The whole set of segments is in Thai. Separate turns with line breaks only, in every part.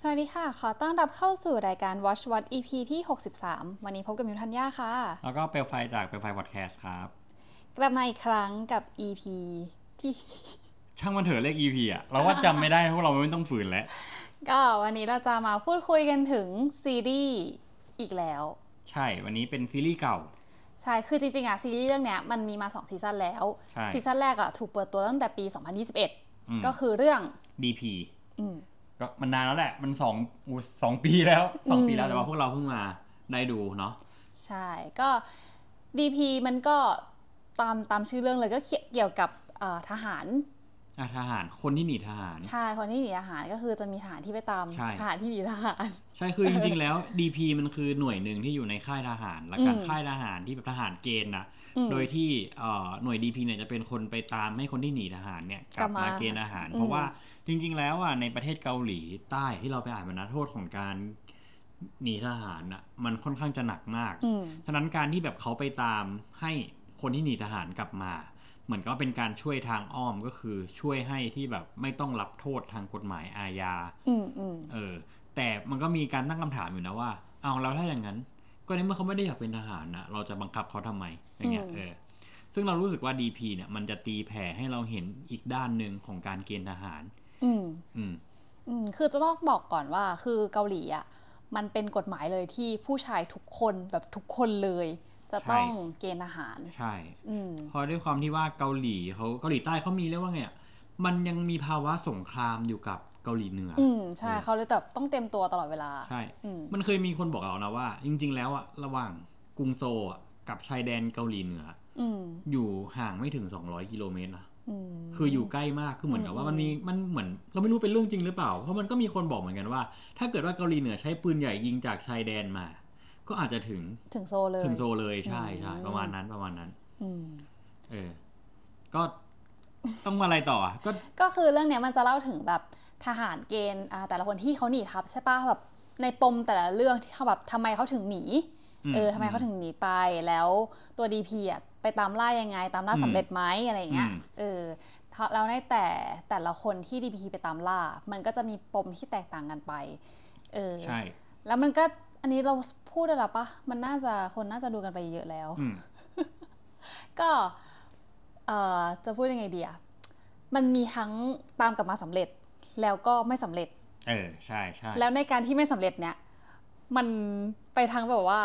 สวัสดีค่ะ ขอต้อนรับเข้าสู่รายการ Watch What EP ที่ 63 วันนี้พบกับมิวทันย่าค่ะ
แล้วก็เปลวไฟจากเปลวไฟวอดแคสต์ครับ
กลับมาอีกครั้งกับ EP ที่
ช่างมันเถอะเลข EP อ่ะ เราว่าจำไม่ได้พวกเราไม่ต้องฝืนแล้ว
ก็วันนี้เราจะมาพูดคุยกันถึงซีรีส์อีกแล้ว
ใช่ วันนี้เป็นซีรีส์เก่า
ใช่ คือจริงๆอะซีรีส์เรื่องเนี้ยมันมีมา 2 ซีซั่นแล้ว
ใช่
ซีซั่นแรกอะถูกเปิดตัวตั้งแต่ปี 2021
อืม
ก็คือเรื่อง
DP
อืม
ก็มันนานแล้วแหละ มันสองอู้สองปีแล้วสองปีแล้
อื
ว
ม
แต่ว่าพวกเราเพิ่งมาได้ดูเนาะ
ใช่ ก็ DP มันก็ตามตามชื่อเรื่องเลยก็เกี่ยวเกี่ยวกับเอ่อทหาร
อ่ะทหาร คนที่หนีทหาร
ใช่ คนที่หนีทหารก็คือจะมีทหารที่ไปตาม
ใช่
ทหารที่หนีทหาร
ใช่ คือจริงๆ แล้ว DP มันคือหน่วยหนึ่งที่อยู่ในค่ายทหาร และการ
อืม
ค่ายทหารที่แบบทหารเกณฑ์นะ
อืม
โดยที่เอ่อหน่วย DP เนี่ยจะเป็นคนไปตามให้คนที่หนีทหารเนี่ยก
ก
ลับ
ลับ
มา
มา
เกณฑ์อาหาร
อืม
เพราะว่าจริง ๆ แล้วอ่ะในประเทศเกาหลีใต้ที่เราไปอ่านมานะโทษของการหนีทหารอ่ะมันค่อนข้างจะหนักมาก
อืม
ฉะนั้นการที่แบบเขาไปตามให้คนที่หนีทหารกลับมา เหมือนก็เป็นการช่วยทางอ้อมก็คือช่วยให้ที่แบบไม่ต้องรับโทษทางกฎหมายอาญา
อืมอืม
เออแต่มันก็มีการตั้งคำถามอยู่นะว่า เอาแล้วถ้าอย่างนั้น ก็ในเมื่อเขาไม่ได้อยากเป็นทหารนะเราจะบังคับเขาทำไมอย่างเงี้ยเออซึ่งเรารู้สึกว่า DP เนี่ยมันจะตีแผ่ให้เราเห็นอีกด้านหนึ่งของการเกณฑ์ทหาร
อืม
อืม
อืมคือจะต้องบอกก่อนว่า คือเกาหลีอ่ะ มันเป็นกฎหมายเลยที่ผู้ชายทุกคนแบบทุกคนเลย จะ
ใช่
ต้องเกณฑ์ทหาร
ใช่
อืม
เพราะด้วยความที่ว่าเกาหลีเขาเกาหลีใต้เขามีเรียกว่าไงอะมันยังมีภาวะสงครามอยู่กับเกาหลีเหนืออ
อืม ใช่เขาเลยแบบต้องเต็มตัวตลอดเวลา
ใช่
อืม
มันเคยมีคนบอกเรานะว่า จริง ๆ แล้วอะระหว่างกรุงโซลอะกับชายแดนเกาหลีเหนือ
อืม
อยู่ห่างไม่ถึง 200กิโลเมตรนะ
อืม
คืออยู่ใกล้มาก คือเหมือนกับว่ามันมีมันเหมือนเราไม่รู้เป็นเรื่องจริงหรือเปล่า เพราะมันก็มีคนบอกเหมือนกันว่า ถ้าเกิดว่าเกาหลีเหนือใช้ปืนใหญ่ยิงจากชายแดนมา ก็อาจจะถึง
ถึงโซเลย
ถึงโซลเลยใช่ใช่
อืม
ประมาณนั้นประมาณนั้น
อืม
เออ ก็ต้องอะไรต่ออ่ะก็
ก็คือเรื่องเนี้ยมันจะเล่าถึงแบบทหารเกณฑ์อ่าแต่ละคนที่เขาหนีทัพใช่ปะแบบในปมแต่ละเรื่องที่เขาแบบทำไมเขาถึงหนี
อืม
เออทำไมเขาถึงหนีไปแล้วตัวดีพีอ่ะไปตามล่ายังไง ตามล่า
อืม
สำเร็จไหมอะไรอย่างเงี้ย
อืม
เออแล้วในแต่แต่ละคนที่ดีพีไปตามล่า มันก็จะมีปมที่แตกต่างกันไปเออ
ใช่
แล้วมันก็อันนี้เราพูดได้หรอปะมันน่าจะคนน่าจะดูกันไปเยอะแล้ว
อืม
ก็เอ่อจะพูดยังไงดีอะมันมีทั้งตามกลับมาสำเร็จแล้วก็ไม่สำเร็จ
เออใช่ใช่
แล้วในการที่ไม่สำเร็จเนี่ยมันไปทางแบบว่า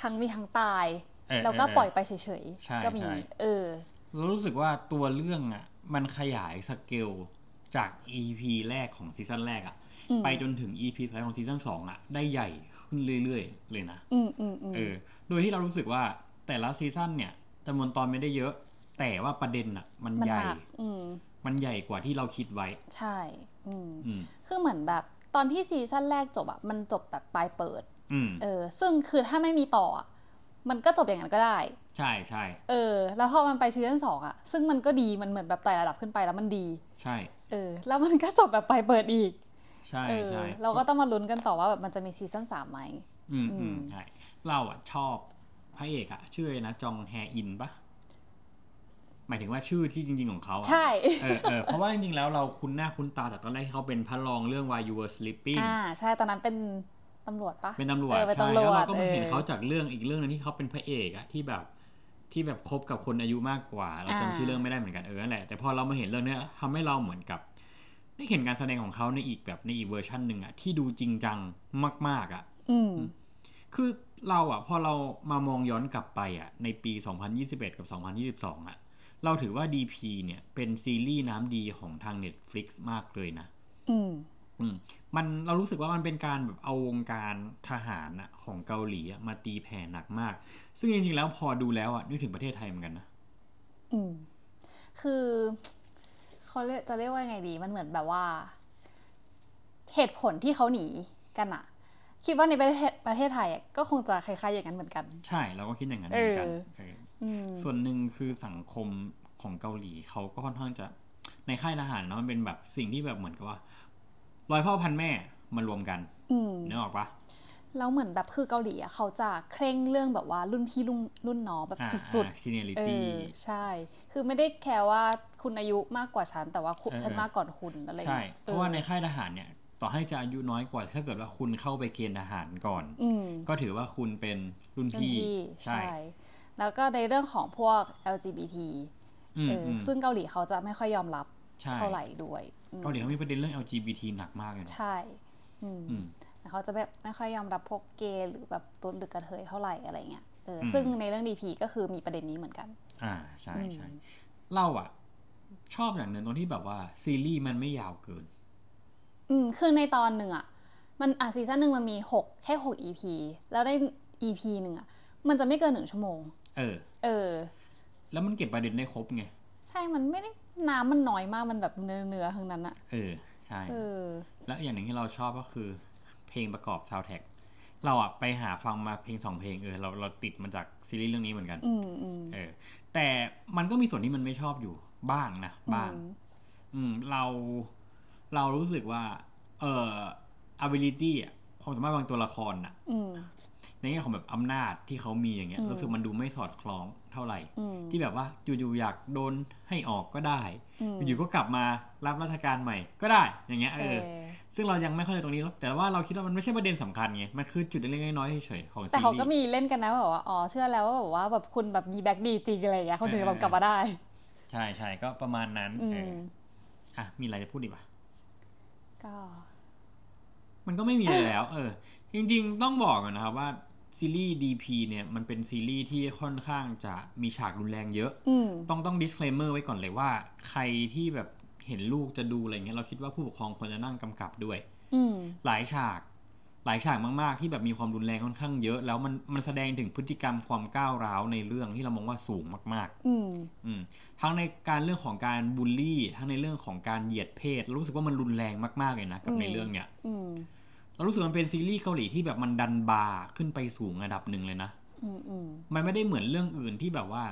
ทั้งมีทั้งตาย
เออ
แล้วก็
เ
ปล่อยไปเฉย
ใช่
ๆก็มี
ใช่
เออ
เรารู้สึกว่าตัวเรื่องอ่ะ มันขยายสเกลจาก EP แรกของซีซั่นแรกอ่ะ
อืม
ไปจนถึง EP สุดท้ายของซีซั่นสองอ่ะ ได้ใหญ่ขึ้นเรื่อยๆ เลยนะ
อืมอืมอืม
เออ โดยที่เรารู้สึกว่าแต่ละซีซั่นเนี่ยจำนวนตอนไม่ได้เยอะ แต่ว่าประเด็นอะมัน
มัน
ใหญ่
หนักอืม
มันใหญ่กว่าที่เราคิดไว้
ใช่อืม
อืม
คือเหมือนแบบตอนที่ซีซั่นแรกจบอะมันจบแบบปลายเปิด
อืม
เออ ซึ่งคือถ้าไม่มีต่ออะมันก็จบอย่างนั้นก็ได้
ใช่ใช่
เออ แล้วพอมันไปซีซั่นสองอะซึ่งมันก็ดีมันเหมือนแบบไต่ระดับขึ้นไปแล้วมันดี
ใช่
เออ แล้วมันก็จบแบบไปเปิดอีก
ใช่
เออ
ใช่
เราก็ต้องมาลุ้นกันต่อว่าแบบมันจะมีซีซั่นสามไหม
อืม
อื
อื
ม
มใช่เราอะชอบพระเอกอะชื่ออะไรนะจองแฮอินปะหมายถึงว่าชื่อที่จริง ๆ ของเขาอะ
ใช่
เออเออเพราะว่าจริง ๆ แล้วเราคุ้นหน้าคุ้นตาจากตอนแรกที่เขาเป็นพระรองเรื่อง Why You Were Sleeping
อ่า ใช่ ตอนนั้นเป็นตำรวจปะ
เป็นตำรวจ
เออเป็น
ใช่
ตำร
แล้วว
จ
เราก็มาเห็น
เออ
เขาจากเรื่องอีกเรื่องหนึงที่เขาเป็นพระเอกอะที่แบบที่แบบคบกับคนอายุมากกว่า เรา
อ่า
จำชื่อเรื่องไม่ได้เหมือนกันเออนั่นแหละแต่พอเรามาเห็นเรื่องเนี้ยทำให้เราเหมือนกับ ได้เห็นการแสดงของเขาในอีกแบบในอีกเวอร์ชันหนึ่งอะที่ดูจริงจังมาก ๆอะ
อืม
คือเราอะพอเรามามองย้อนกลับไปอะในปี 2021 กับ 2022อะเราถือว่า DP เนี่ยเป็นซีรีส์น้ำดีของทาง Netflix มากเลยนะ
อืม
อืมมันเรารู้สึกว่ามันเป็นการแบบเอาวงการทหารน่ะของเกาหลีอะมาตีแผ่หนักมาก ซึ่งจริงๆแล้วพอดูแล้วอ่ะนึกถึงประเทศไทยเหมือนกันนะ
อืม คือเขาเรียกจะเรียกว่าไงดี มันเหมือนแบบว่า เหตุผลที่เขาหนีกันอะคิดว่าในประเทศประเทศไทยอะก็คงจะคล้ายๆอย่างนั้นเหมือนกัน
ใช่เราก็คิดอย่างนั้นเหมือนกัน
เออ
เออ
อืม
ส่วนหนึ่งคือสังคมของเกาหลีเขาก็ค่อนข้างจะในค่ายทหารเนาะมันเป็นแบบสิ่งที่แบบเหมือนกับว่าร้อยพ่อพันแม่มารวมกัน
อืม
นึกออกปะ
แล้วเหมือนแบบคือเกาหลีอะเขาจะเคร่งเรื่องแบบว่ารุ่นพี่รุ่นรุ่นน้องแบบสุด
s e n i o r i
ๆ เอ
t y
อใช่ คือไม่ได้แคร์ว่าคุณอายุมากกว่าฉัน แต่ว่าคุณ
เออ
ฉันมากก่อนคุณอะไร
ใช่
เงี้ย
เพราะว่าใน
ออ
ค่ายทหารเนี่ย ต่อให้จะอายุน้อยกว่า ถ้าเกิดว่าคุณเข้าไปเกณฑ์ทหารก่อน
อืม
ก็ถือว่าคุณเป็นรุ่น
รุ่น
พี่
พี่
ใช่
ใช่ แล้วก็ในเรื่องของพวก LGBT
อืม
เอออ
อืม
ซึ่งเกาหลีเขาจะไม่ค่อยยอมรับ
ใช่
เท่าไหร่ด้วยอืม
เกาหลีเขามีประเด็นเรื่อง LGBT หนักมากเลยนะ
ใช่อืม
อืม
เขาจะแบบไม่ค่อยยอมรับพวกเกย์หรือแบบตุ๊ดหรือกระเทยเท่าไหร่อะไรเงี้ยเอออ
ม
ซึ่งในเรื่องดีพีก็คือมีประเด็นนี้เหมือนกัน
อ่าใช่ใช่
อืม
เล่าอ่ะ ชอบอย่างหนึ่งตรงที่แบบว่า ซีรีส์มันไม่ยาวเกิน
อืมคือในตอนหนึ่งอ่ะ มันอ่ะซีซั่นหนึ่งมันมีหกแค่หกอีพีแล้วได้อีพีหนึ่งอ่ะ มันจะไม่เกินหนึ่งชั่วโมง
เออ
เออ
แล้วมันเก็บประเด็นได้ครบไง
ใช่มันไม่ได้น้ำมันน้อยมากมันแบบเนื้อเนื้อๆทั้งนั้นอ่ะ
เออ ใช่
เออ
แล้วอย่างหนึ่งที่เราชอบก็คือ เพลงประกอบซาวแท็กเราอ่ะไปหาฟังมาเพลงสองเพลงเออเราเราติดมาจากซีรีส์เรื่องนี้เหมือนกัน
อืมอืม
เออ แต่มันก็มีส่วนที่มันไม่ชอบอยู่บ้างนะบ้าง อืมเราเรารู้สึกว่า เอ่อ ability อ่ะความสามารถบางตัวละครอ่ะ
อืม
ในแง่ของแบบอำนาจที่เขามีอย่างเงี้ย
อืม
รู้สึกมันดูไม่สอดคล้องเท่าไหร่
อืม
ที่แบบว่าอยู่ๆอยากโดนให้ออกก็ได้
อืม
อยู่ๆก็กลับมารับราชการใหม่ก็ได้อย่างเงี้ย
เอ
เออ
อ
ซึ่งเรายังไม่เข้าใจตรงนี้หรอกแต่ว่าเราคิดว่ามันไม่ใช่ประเด็นสำคัญไง มันคือจุดเล็กๆน้อยๆเฉยๆของซี
แต่เขา
รี
ก็
ส์
มีเล่นกันนะแบบว่าอ๋อเชื่อแล้วว่าแบบว่าแบบคุณแบบมีแบ็กดีจริงอะไรอย่างเงี้ยเขาถึงแบบกลับมาได้
ใช่ใช่ก็ประมาณนั้น
อื
เอ
ม
ออ่ะ มีอะไรจะพูดอีกปะ
ก็
มันก็ไม่มีอะไรแล้ว เออ จริงๆต้องบอกก่อนนะครับว่าซีรีส์ DP เนี่ยมันเป็นซีรีส์ที่ค่อนข้างจะมีฉากรุนแรงเยอะ
อืม
ต้องต้อง disclaimer ไว้ก่อนเลยว่า ใครที่แบบเห็นลูกจะดูอะไรเงี้ยเราคิดว่าผู้ปกครองควรจะนั่งกำกับด้วย
อืม
หลายฉาก หลายฉากมากๆ ที่แบบมีความรุนแรงค่อนข้างเยอะ แล้วมันมันแสดงถึงพฤติกรรมความก้าวร้าวในเรื่องที่เรามองว่าสูงมาก
อืม
ๆ อืมทั้งในการเรื่องของการบูลลี่ ทั้งในเรื่องของการเหยียดเพศเรารู้สึกว่ามันรุนแรงมากๆเลยนะกับในเรื่องเนี่ย
อืม
เรารู้สึกมันเป็นซีรีส์เกาหลีที่แบบมันดันบาร์ขึ้นไปสูงระดับหนึ่งเลยนะ
อืมอืม
มันไม่ได้เหมือนเรื่องอื่นที่แบบว่า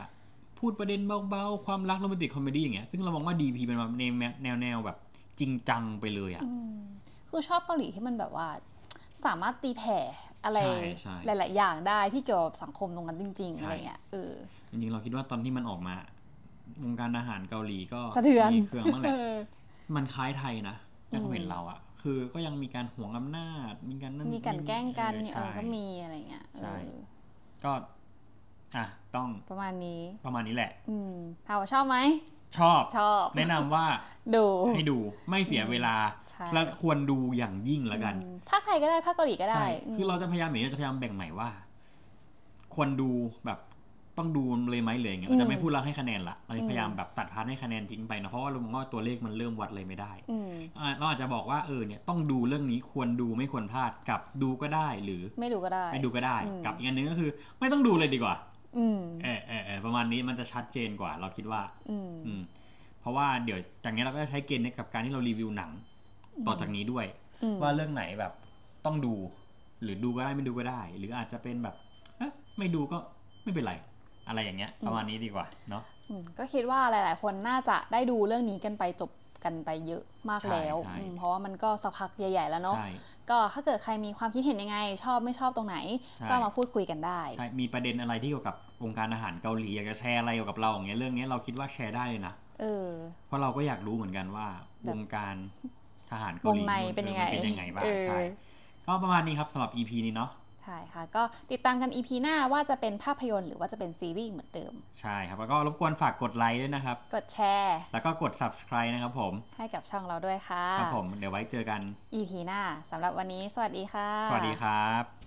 พูดประเด็นเบาๆ ความรักโรแมนติกคอมเมดี้อย่างเงี้ยซึ่งเรามองว่า DP เป็นแบบในแนวแนวๆแบบจริงจังไปเลยอะ
อืมคือชอบเกาหลีที่มันแบบว่า สามารถตีแผ่อะไร
ใช่ใช่
หลาย ๆ อย่างได้ที่เกี่ยวกับสังคมตรงนั้นจริง ๆ
ใช่
อะไรเงี้ยเออ
จริงๆเราคิดว่าตอนที่มันออกมาวงการอาหารเกาหลีก็
สะเทือน
มีเครื่องบ้างแห
เอ
ละ
อ
มันคล้ายไทยนะในความเห็น
อืม
เราอะคือก็ยังมีการหวงอำนาจ มีการนั่น
มีกลันแกล้งกัน
เออ
เอ
ใช่
อก็มีอะไรเงี้ยเอ
ใช่
อ
ก็อ่ะต้อง
ประมาณนี้
ประมาณนี้แหละ
อืมถามว่าชอบไหม
ชอบ
ชอบ
แนะนำว่า
ดู
ให้ดูไม่เสียเวลา
ใช่
และควรดูอย่างยิ่งแล้วกัน
อืมภาคไทยก็ได้ภาคเกาหลีก็ได้
ใช่
ม
คือเราจะพยายามเหมือนเราจะพยายามแบ่งใหม่ว่า ควรดูแบบต้องดูเลยไหมเลยอย่างเงี้ยเราจะไม่พูดเราให้คะแนนละเราจะพยายามแบบตัดพาร์ทให้คะแนนทิ้งไปนะเพราะว่าเรามองว่าตัวเลขมันเริ่มวัดเลยไม่ได้
อืม
อ่าเราอาจจะบอกว่าเออเนี่ยต้องดูเรื่องนี้ควรดูไม่ควรพลาดกับดูก็ได้หรือ
ไม่ดูก็ได้
ไม่ดูก็ได้
อืม
กับอีกอันนึงก็คือ ไม่ต้องดูเลยดีกว่า
อืม
เออเออเออประมาณนี้มันจะชัดเจนกว่า เราคิดว่า
อืม
อืม เพราะว่าเดี๋ยวจากนี้เราก็จะใช้เกณฑ์ในกับการที่เรารีวิวหนัง ต่อจากนี้ด้วย
อืม
ว่าเรื่องไหนแบบต้องดู หรือดูก็ได้ไม่ดูก็ได้ หรืออาจจะเป็นแบบเอ๊ะไม่ดูก็ไม่เป็นไร อะไรอย่างเงี้ย ประมาณนี้ดีกว่าเนาะ
อืมก็คิดว่าหลาย ๆ คนน่าจะได้ดูเรื่องนี้กันไปจบกันไปเยอะมาก
ใช่
แล้ว
ใช่
อืมเพราะว่ามันก็สักพักใหญ่ ๆ แล้วเนาะ
ใช่
ก็ถ้าเกิดใครมีความคิดเห็นยังไง ชอบไม่ชอบตรงไหน
ใช่
ก็มาพูดคุยกันได้
ใช่มีประเด็นอะไรที่เกี่ยวกับวงการอาหารเกาหลีอยากจะแชร์อะไรเกี่ยวกับเราอย่างเงี้ยเรื่องเนี้ยเราคิดว่าแชร์ได้เลยนะ
เออ
เพราะเราก็อยากรู้เหมือนกันว่า
แบบ
วงการทหาร
ว
เกาง หลี
ในเป็นยังไง
มัเป็นยังไงบ้าง
เออ
ใช่ก็ประมาณนี้ครับสำหรับ EP นี้เนาะ
ใช่ค่ะ ก็ติดตามกัน EP หน้าว่าจะเป็นภาพยนตร์หรือว่าจะเป็นซีรีส์เหมือนเดิม
ใช่ครับแล้วก็รบกวนฝากกดไลค์ด้วยนะครับ
กดแชร์
แล้วก็กด subscribe นะครับผม
ให้กับช่องเราด้วยค่ะ
ครับผมเดี๋ยวไว้เจอกัน
EP หน้าสำหรับวันนี้ สวัสดีค่ะ
สวัสดีครับ